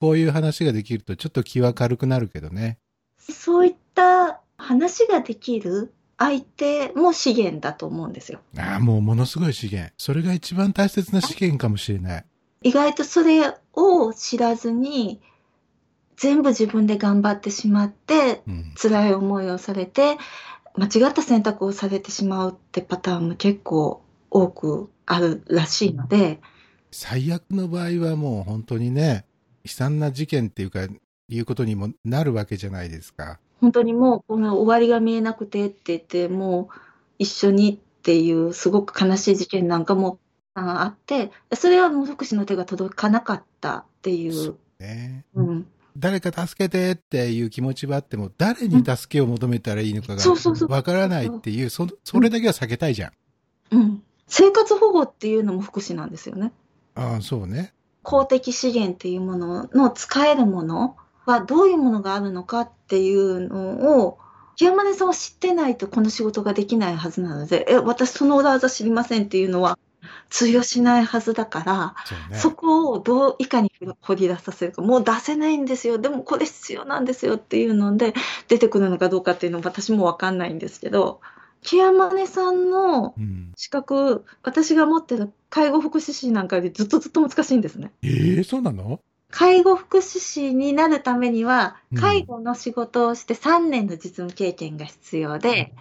こういう話ができるとちょっと気は軽くなるけどね。そういった話ができる相手も資源だと思うんですよ。ああ、もうものすごい資源。それが一番大切な資源かもしれない。意外とそれを知らずに全部自分で頑張ってしまってうん。辛い思いをされて間違った選択をされてしまうってパターンも結構多くあるらしいので最悪の場合はもう本当にね、悲惨な事件っていうか、いうことにもなるわけじゃないですか。本当にもうこの終わりが見えなくてって言ってもう一緒にっていうすごく悲しい事件なんかもああってそれはもう福祉の手が届かなかったってい。そうね。うん、誰か助けてっていう気持ちはあっても、誰に助けを求めたらいいのかそうそうそがうわからないっていう、そ、それだけは避けたいじゃん。うん、生活保護っていうのも福祉なんですよね。ああ、そうね。公的資源っていうものの使えるものはどういうものがあるのかっていうのを山根さんは知ってないとこの仕事ができないはずなのでえ私その裏技知りませんっていうのは通用しないはずだから、そうね。そこをどういかに掘り出させるかもう出せないんですよでもこれ必要なんですよっていうので出てくるのかどうかっていうのは私も分かんないんですけど木山根さんのうん。資格私が持ってる介護福祉士なんかよりずっとずっと難しいんですね。ええそうなの介護福祉士になるためにはうん介護の仕事をして3年の実務経験が必要で、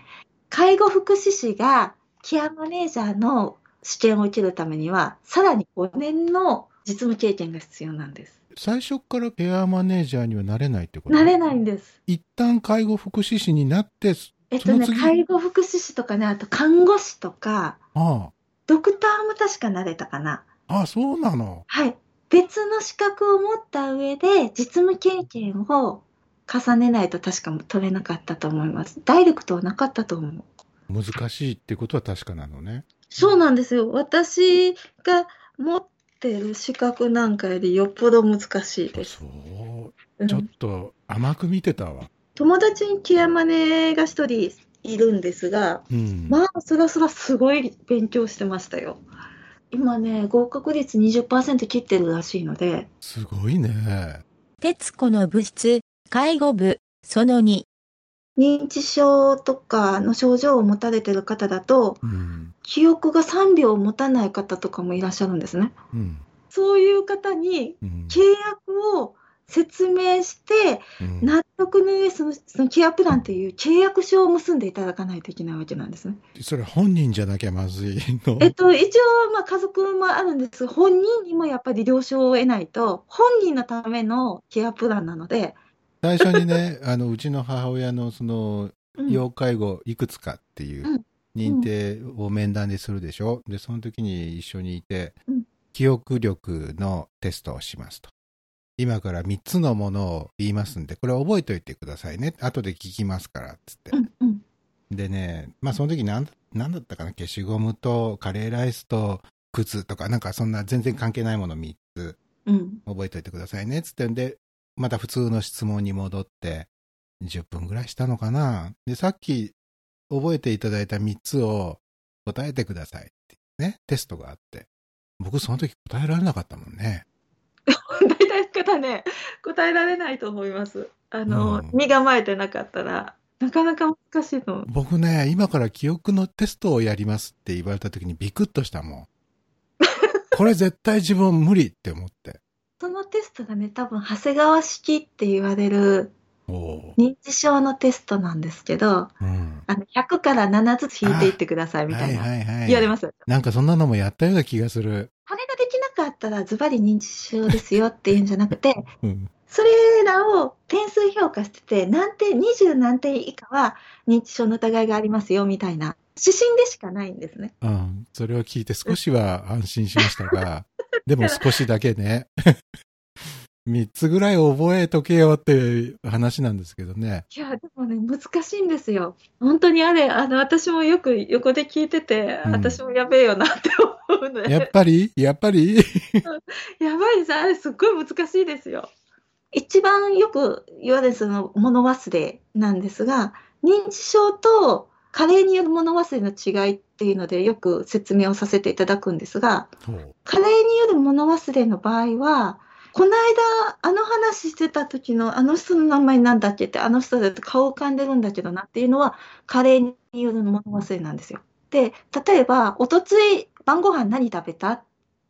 介護福祉士がケアマネージャーの試験を受けるためにはさらに5年の実務経験が必要なんです。最初からケアマネージャーにはなれないってことなれないんです。一旦介護福祉士になって、えっとねその次介護福祉士とかねあと看護師とかあドクターも確かなれたかな。あ、ああ、そうなの。はい。別の資格を持った上で、実務経験を重ねないと確か取れなかったと思います。ダイレクトはなかったと思う。難しいってことは確かなのね。そうなんですよ。私が持ってる資格なんかよりよっぽど難しいです。そう。うんちょっと甘く見てたわ。友達にケアマネが一人いるんですが、うん。まあ、そらそらすごい勉強してましたよ。今ね、合格率20%切ってるらしいので、すごいね。徹子の部室、介護部、その2。認知症とかの症状を持たれてる方だと、うん。記憶が3秒持たない方とかもいらっしゃるんですね。うん。そういう方にうん。契約を説明して、うん納得の上その、そのケアプランっていう契約書を結んでいただかないといけないわけなんですね。それ本人じゃなきゃまずいの。えっと、一応、まあ、家族もあるんですが、本人にもやっぱり了承を得ないと、本人のためのケアプランなので、最初にね、あの、うちの母親のその、うん要介護いくつかっていうう認定を面談でするでしょ。で、その時に一緒にいてうん、記憶力のテストをしますと。今から3つのものを言いますんで、これ覚えておいてくださいね。後で聞きますから、つってう。んうんでね、まあその時なん、なんだったかな、消しゴムとカレーライスと靴とか、なんかそんな全然関係ないもの3つうん覚えておいてくださいね、つってんで、また普通の質問に戻って、10分ぐらいしたのかな。で、さっき覚えていただいた3つを答えてくださいっていうね、テストがあって。僕その時答えられなかったもんね。大体の方ね答えられないと思いますあの、うん身構えてなかったらなかなか難しいと思う僕ね、今から記憶のテストをやりますって言われた時にビクッとしたもん。これ絶対自分無理って思って。そのテストがね多分長谷川式って言われるおお。認知症のテストなんですけどうん。あの100から7ずつ引いていってくださいみたいな、はいはいはい。。言われますすなんかそんなのもやったような気がする。これができなかったらズバリ認知症ですよっていうんじゃなくて うん。それらを点数評価してて何点20何点以下は認知症の疑いがありますよみたいな指針でしかないんですねうん。それを聞いて少しは安心しましたが、 でも少しだけね。 三つぐらい覚えとけよっていう話なんですけどね。いや、でもね、難しいんですよ。本当にあれ、あの、私もよく横で聞いてて、うん私もやべえよなって思うね。やっぱりやっぱりやばいさ、あれすっごい難しいですよ。一番よく言われるその物忘れなんですが、認知症と加齢による物忘れの違いっていうのでよく説明をさせていただくんですが、そう。加齢による物忘れの場合は、この間、あの話してた時の、あの人の名前なんだっけって、あの人だって顔浮かんでるんだけどなっていうのは、カレーによる物忘れなんですよ。で、例えば、おとつい晩ご飯何食べたっ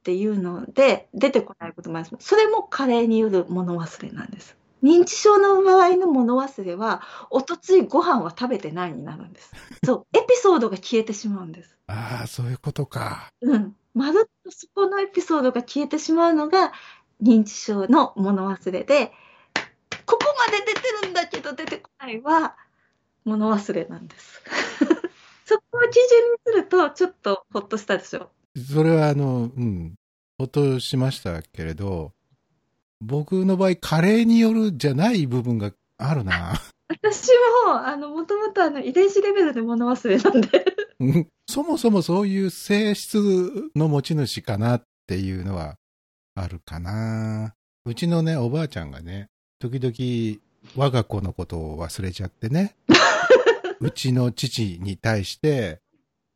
ていうので、出てこないこともあります。それもカレーによる物忘れなんです。認知症の場合の物忘れは、おとついご飯は食べてないになるんです。そう、エピソードが消えてしまうんです。 ああ、そういうことか。うん、まるっとそこのエピソードが消えてしまうのが認知症の物忘れでここまで出てるんだけど出てこないは物忘れなんです そこを基準にするとちょっとほっとしたでしょそれはあの、うん、ほっとしましたけれど、僕の場合、加齢によるじゃない部分があるな。私もあのもともとあの遺伝子レベルで物忘れなんでうんそもそもそういう性質の持ち主かなっていうのはあるかな。うちのね、おばあちゃんがね、時々我が子のことを忘れちゃってね、うちの父に対して、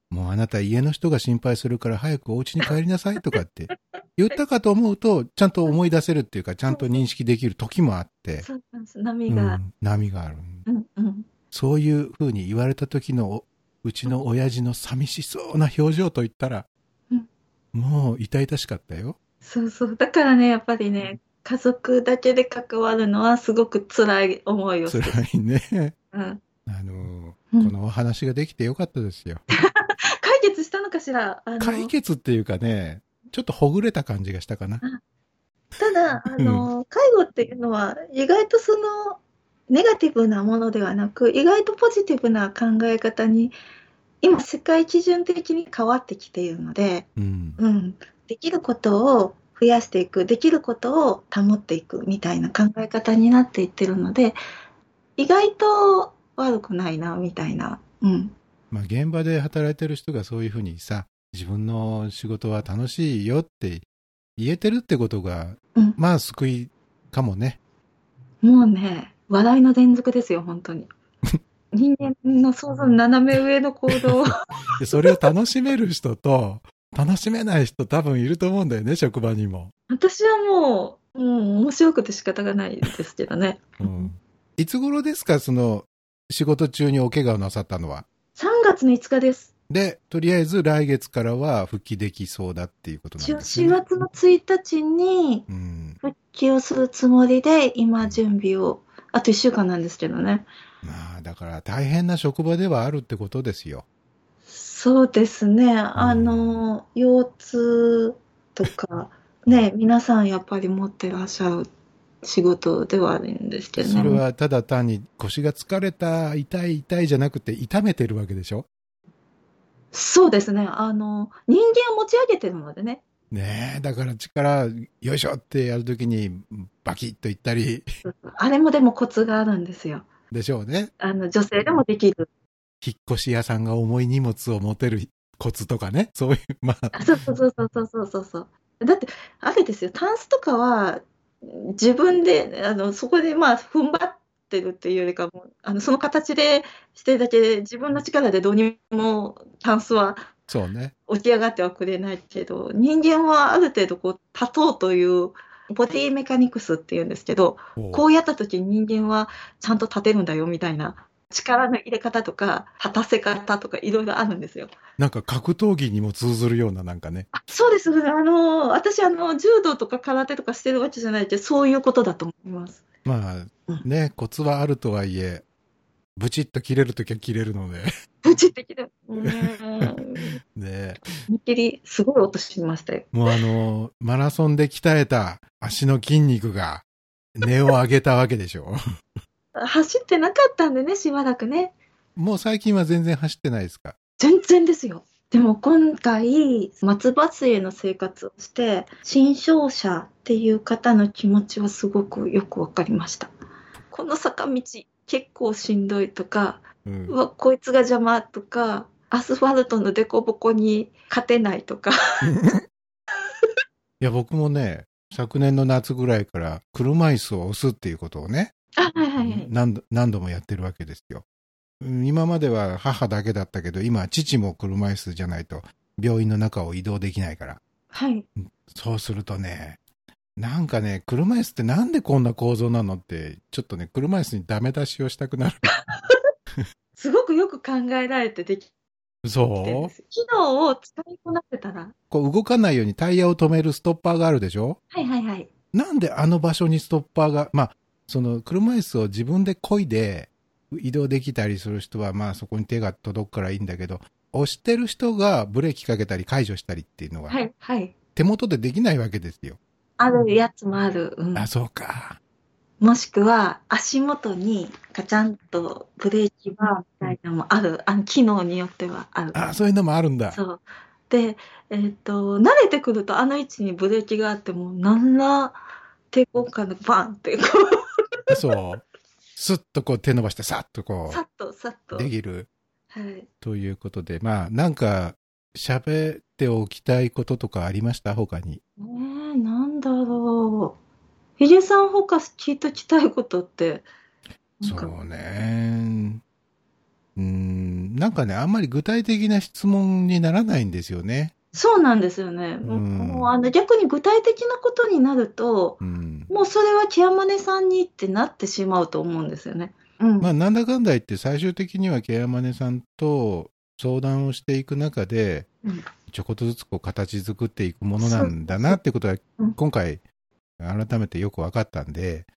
もうあなた家の人が心配するから早くお家に帰りなさいとかって言ったかと思うと、ちゃんと思い出せるっていうか、ちゃんと認識できる時もあって、そうなんですう波が、ん、波がある。うんうん、そういうふうに言われた時のおうちの親父の寂しそうな表情と言ったら、うんもう痛々しかったよ。そうそうだからねやっぱりね家族だけで関わるのはすごく辛い思いをする、辛いね。 うんあの、うんこのお話ができてよかったですよ。解決したのかしらあの解決っていうかね、ちょっとほぐれた感じがしたかな。ただあの、介護っていうのは意外とそのネガティブなものではなく意外とポジティブな考え方に今世界基準的に変わってきているので、うん。うん、できることを増やしていくできることを保っていくみたいな考え方になっていってるので意外と悪くないなみたいな、うん、まあ現場で働いてる人がそういうふうにさ、自分の仕事は楽しいよって言えてるってことが、うんまあ救いかもね。もうね笑いの連続ですよ本当に人間の想像の斜め上の行動をでそれを楽しめる人と、楽しめない人多分いると思うんだよね、職場にも。私はもう、うん、面白くて仕方がないですけど ね。うん。いつ頃ですか、その、仕事中にお怪我をなさったのは。 3月の5日です。で、とりあえず来月からは復帰できそうだっていうことなん4ですね。月の1日にうん。復帰をするつもりで、今準備を、あと1週間なんですけどね。まあ、だから大変な職場ではあるってことですよ。そうですね。あの、腰痛とか、ね、皆さんやっぱり持ってらっしゃる仕事ではあるんですけどね。それはただ単に腰が疲れた、痛い痛いじゃなくて痛めてるわけでしょそうですね。あの、人間を持ち上げてるのでね。ねえ、だから力、よいしょってやるときにバキッといったり あれもでもコツがあるんですよ。でしょうね。あの、女性でもできる引っ越し屋さんが重い荷物を持てるコツとかね。そういう、まあ、あそうそうそうそうそうそうそうそう。だって、あれですよ、タンスとかは、自分で、あの、そこでまあ、踏ん張ってるっていうよりかも、あの、その形でしてるだけで、自分の力でどうにもタンスはそうね。起き上がってはくれないけど、人間はある程度こう、立とうという、ボディメカニクスっていうんですけど、ここううやった時に人間はちゃんと立てるんだよみたいな、力の入れ方とか、立たせ方とか、いろいろあるんですよ。なんか格闘技にも通ずるようななんかね。あそうです、そうですあの、私、あの、柔道とか空手とかしてるわけじゃないけど、そういうことだと思います。まうんあね、コツはあるとはいえ、ブチッと切れるときは切れるので、 うち的で。うーん。ね、見切り、すごい音しましたよ。もうあの、マラソンで鍛えた足の筋肉が、根を上げたわけでしょ。 走ってなかったんでね、しばらくね。もう最近は全然走ってないですか。全然ですよ。でも今回、松葉杖の生活をして、新商者っていう方の気持ちはすごくよくわかりました。この坂道、結構しんどいとか、うんうわこいつが邪魔とかアスファルトの凸凹に勝てないとかいや、僕もね、昨年の夏ぐらいから車椅子を押すっていうことをね、あはいはいはい何度何度もやってるわけですよ。うん今までは母だけだったけど、今は父も車椅子じゃないと病院の中を移動できないから。はいそうするとね、なんかね、車椅子ってなんでこんな構造なのって、ちょっとね、車椅子にダメ出しをしたく なる。すごくよく考えられてできてるんそでうす。機能を使いこなせたら、こう動かないようにタイヤを止めるストッパーがあるでしょはいはいはい。なんであの場所にストッパーが、まあ、その車椅子を自分で漕いで移動できたりする人は、まあそこに手が届くからいいんだけど、押してる人がブレーキかけたり解除したりっていうのがはいはい。手元でできないわけですよ。あるやつもある。うん、あ、そうか。もしくは、足元にガチャンとブレーキバーみたいなのもある。あの、機能によってはある。あ、そういうのもあるんだ。そう。で、えっ、と、慣れてくるとあの位置にブレーキがあっても、なんら抵抗感でバンって、こそう。スッとこう手伸ばして、さっとう、こさっとさっう、と。できる。はい。ということで、まあ、なんか、喋っておきたいこととかありました他に。ねえ、なんだろう。ヒデさん他聞いときたいことって、なんそかうね。うん、なんかね、あんまり具体的な質問にならないんですよね。そうなんですよね。んもうあの逆に具体的なことになると、うん。もうそれはケアマネさんにってなってしまうと思うんですよね。うん。まあ、なんだかんだ言って最終的にはケアマネさんと相談をしていく中で、うんちょこっとずつこう形作っていくものなんだなってことはうん、今回改めてよく分かったんで、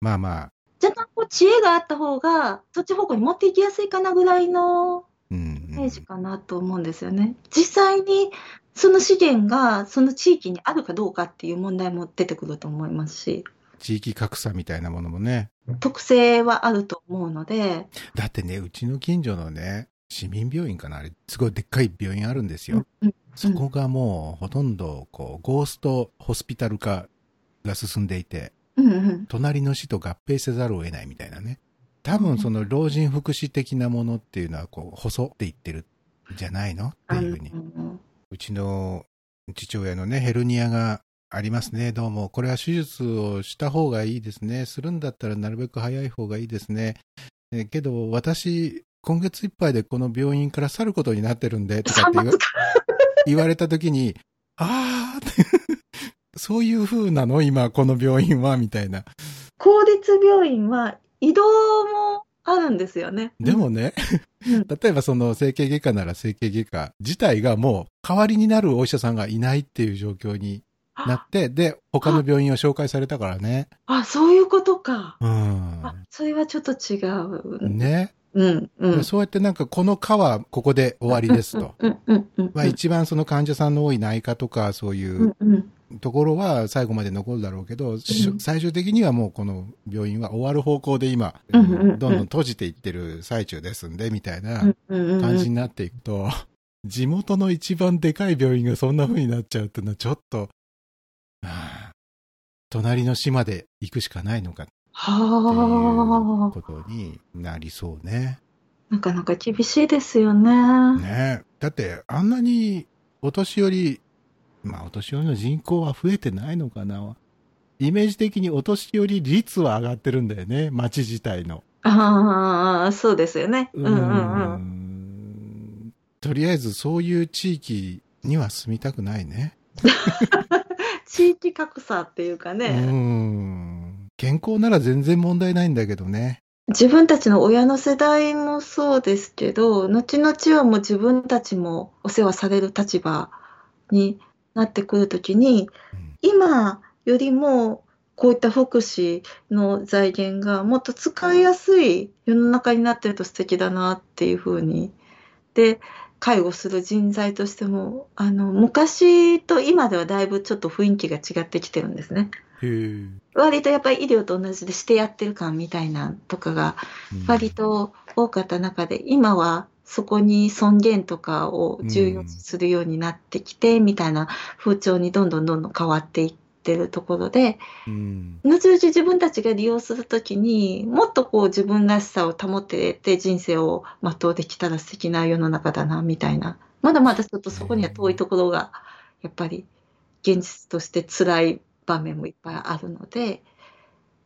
まあまあ、若干こう知恵があった方が、そっち方向に持っていきやすいかなぐらいのうんイうんメージかなと思うんですよね。実際にその資源がその地域にあるかどうかっていう問題も出てくると思いますし、地域格差みたいなものもね。特性はあると思うので、だってね、うちの近所のね、市民病院かなあれ、すごいでっかい病院あるんですよ。うんそこがもうほとんどこうゴーストホスピタル化が進んでいて、うんうん、隣の市と合併せざるを得ないみたいなね。多分その老人福祉的なものっていうのはこう細っていってるんじゃないのってあいうのふうに。うちの父親のね、ヘルニアがありますね。どうも。これは手術をした方がいいですね。するんだったらなるべく早い方がいいですね。えけど、私、今月いっぱいでこの病院から去ることになってるんで、とかって 言わ言われた時に、あーって、そういう風なの今、この病院は、みたいな。公立病院は移動もあるんですよね。でもね、うん、例えばその整形外科なら整形外科自体がもう代わりになるお医者さんがいないっていう状況になって、で、他の病院を紹介されたからね。あ、そういうことか。うん。あ、それはちょっと違う。ね。うん、うん。そうやってなんかこの科はここで終わりですと。うんうんうんうん。まあ一番その患者さんの多い内科とかそういううんうん。ところは最後まで残るだろうけど、しうん最終的にはもうこの病院は終わる方向で今、うどんうんうんんどん閉じていってる最中ですんで、みたいなうんうんうん感じになっていくと、 地元の一番でかい病院がそんな風になっちゃうっていうのはちょっと、はあ隣の島で行くしかないのかっていうはあ。ことになりそうね。なかなか厳しいですよね。ねえだってあんなにお年寄りまあお年寄りの人口は増えてないのかなイメージ的にお年寄り率は上がってるんだよね町自体のああ、そうですよね。うんうんうーうん。んとりあえずそういう地域には住みたくないね地域格差っていうかうーね、ん健康なら全然問題ないんだけどね自分たちの親の世代もそうですけど、後々はもう自分たちもお世話される立場になってくるときに、うん今よりもこういった福祉の財源がもっと使いやすい世の中になってると素敵だなっていうふうに。で介護する人材としてもあの昔と今ではだいぶちょっと雰囲気が違ってきてるんですね。へえ割とやっぱり医療と同じでしてやってる感みたいなとかが割と多かった中で今はそこに尊厳とかを重要視するようになってきて、みたいな風潮にどんどんどんどん変わっていってるところでうん後々自分たちが利用するときにもっとこう自分らしさを保ってて人生を全うできたら素敵な世の中だなみたいなまだまだちょっとそこには遠いところがやっぱり現実として辛い場面もいっぱいあるので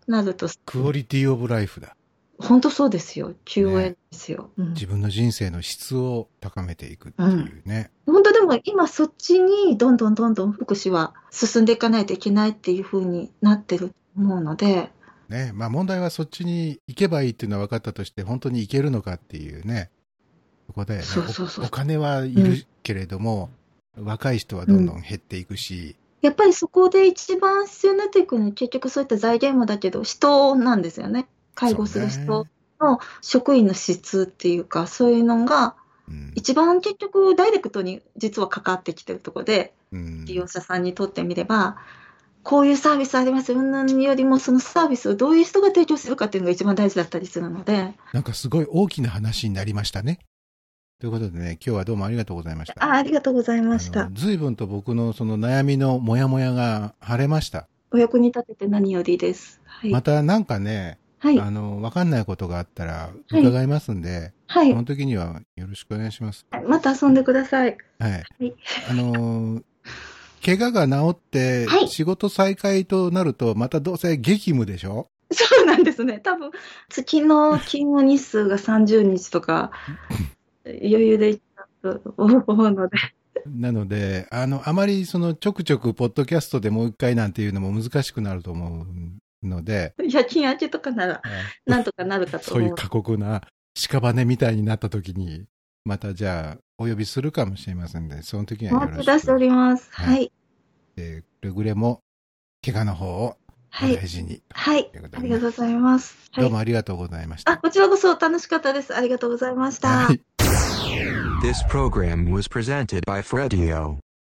なるとクオリティオブライフだ本当そうですよ。QOL ですよ。うん自分の人生の質を高めていくっていうね。本当でも今そっちにどんどんどんどん福祉は進んでいかないといけないっていう風になってると思うので、ね。まあ問題はそっちに行けばいいっていうのは分かったとして、本当に行けるのかっていうね。そこだよね。そうそうそうおお金はいるけれども、若い人はどんどん減っていくし、やっぱりそこで一番必要になってくるのは結局そういった財源もだけど人なんですよね。介護するそう人ね、の職員の質っていうか、そういうのがうん一番結局ダイレクトに実はかかってきてるところで、うん利用者さんにとってみれば、こういうサービスありますうんぬんよりも、そのサービスをどういう人が提供するかっていうのが一番大事だったりするので、なんかすごい大きな話になりましたね。ということでね、今日はどうもありがとうございました。あありがとうございましあたの。随分と僕のその悩みのモヤモヤが晴れました。お役に立てて何よりです。はい。またなんかね、はい。あの、わかんないことがあったら伺いますんで、はいそ。の時にはよろしくお願いします。また遊んでください。 はいい。あのー、怪我が治っては、い仕事再開となると、またどうせ激務でしょそうなんですね。多分、月の勤務日数が30日とか、余裕でいっちゃうと思うので。 なので、あの、あまりその、ちょくちょく、ポッドキャストでもう一回なんていうのも難しくなると思うので、夜勤明けとかなら、なんとかなるかとそうい思うう。過酷な屍みたいになった時に、またじゃあ、お呼びするかもしれませんので、その時におはよ待ろち出ししておく。ります。ははいい。えーくれぐれも、怪我の方をおはい大。事に。はいというこ。とあでりねがとうございます。はどういも。ありがとうございました。あ、こちらこそ楽しかったです。ありがとうございました。はい This program was presented by Fredio.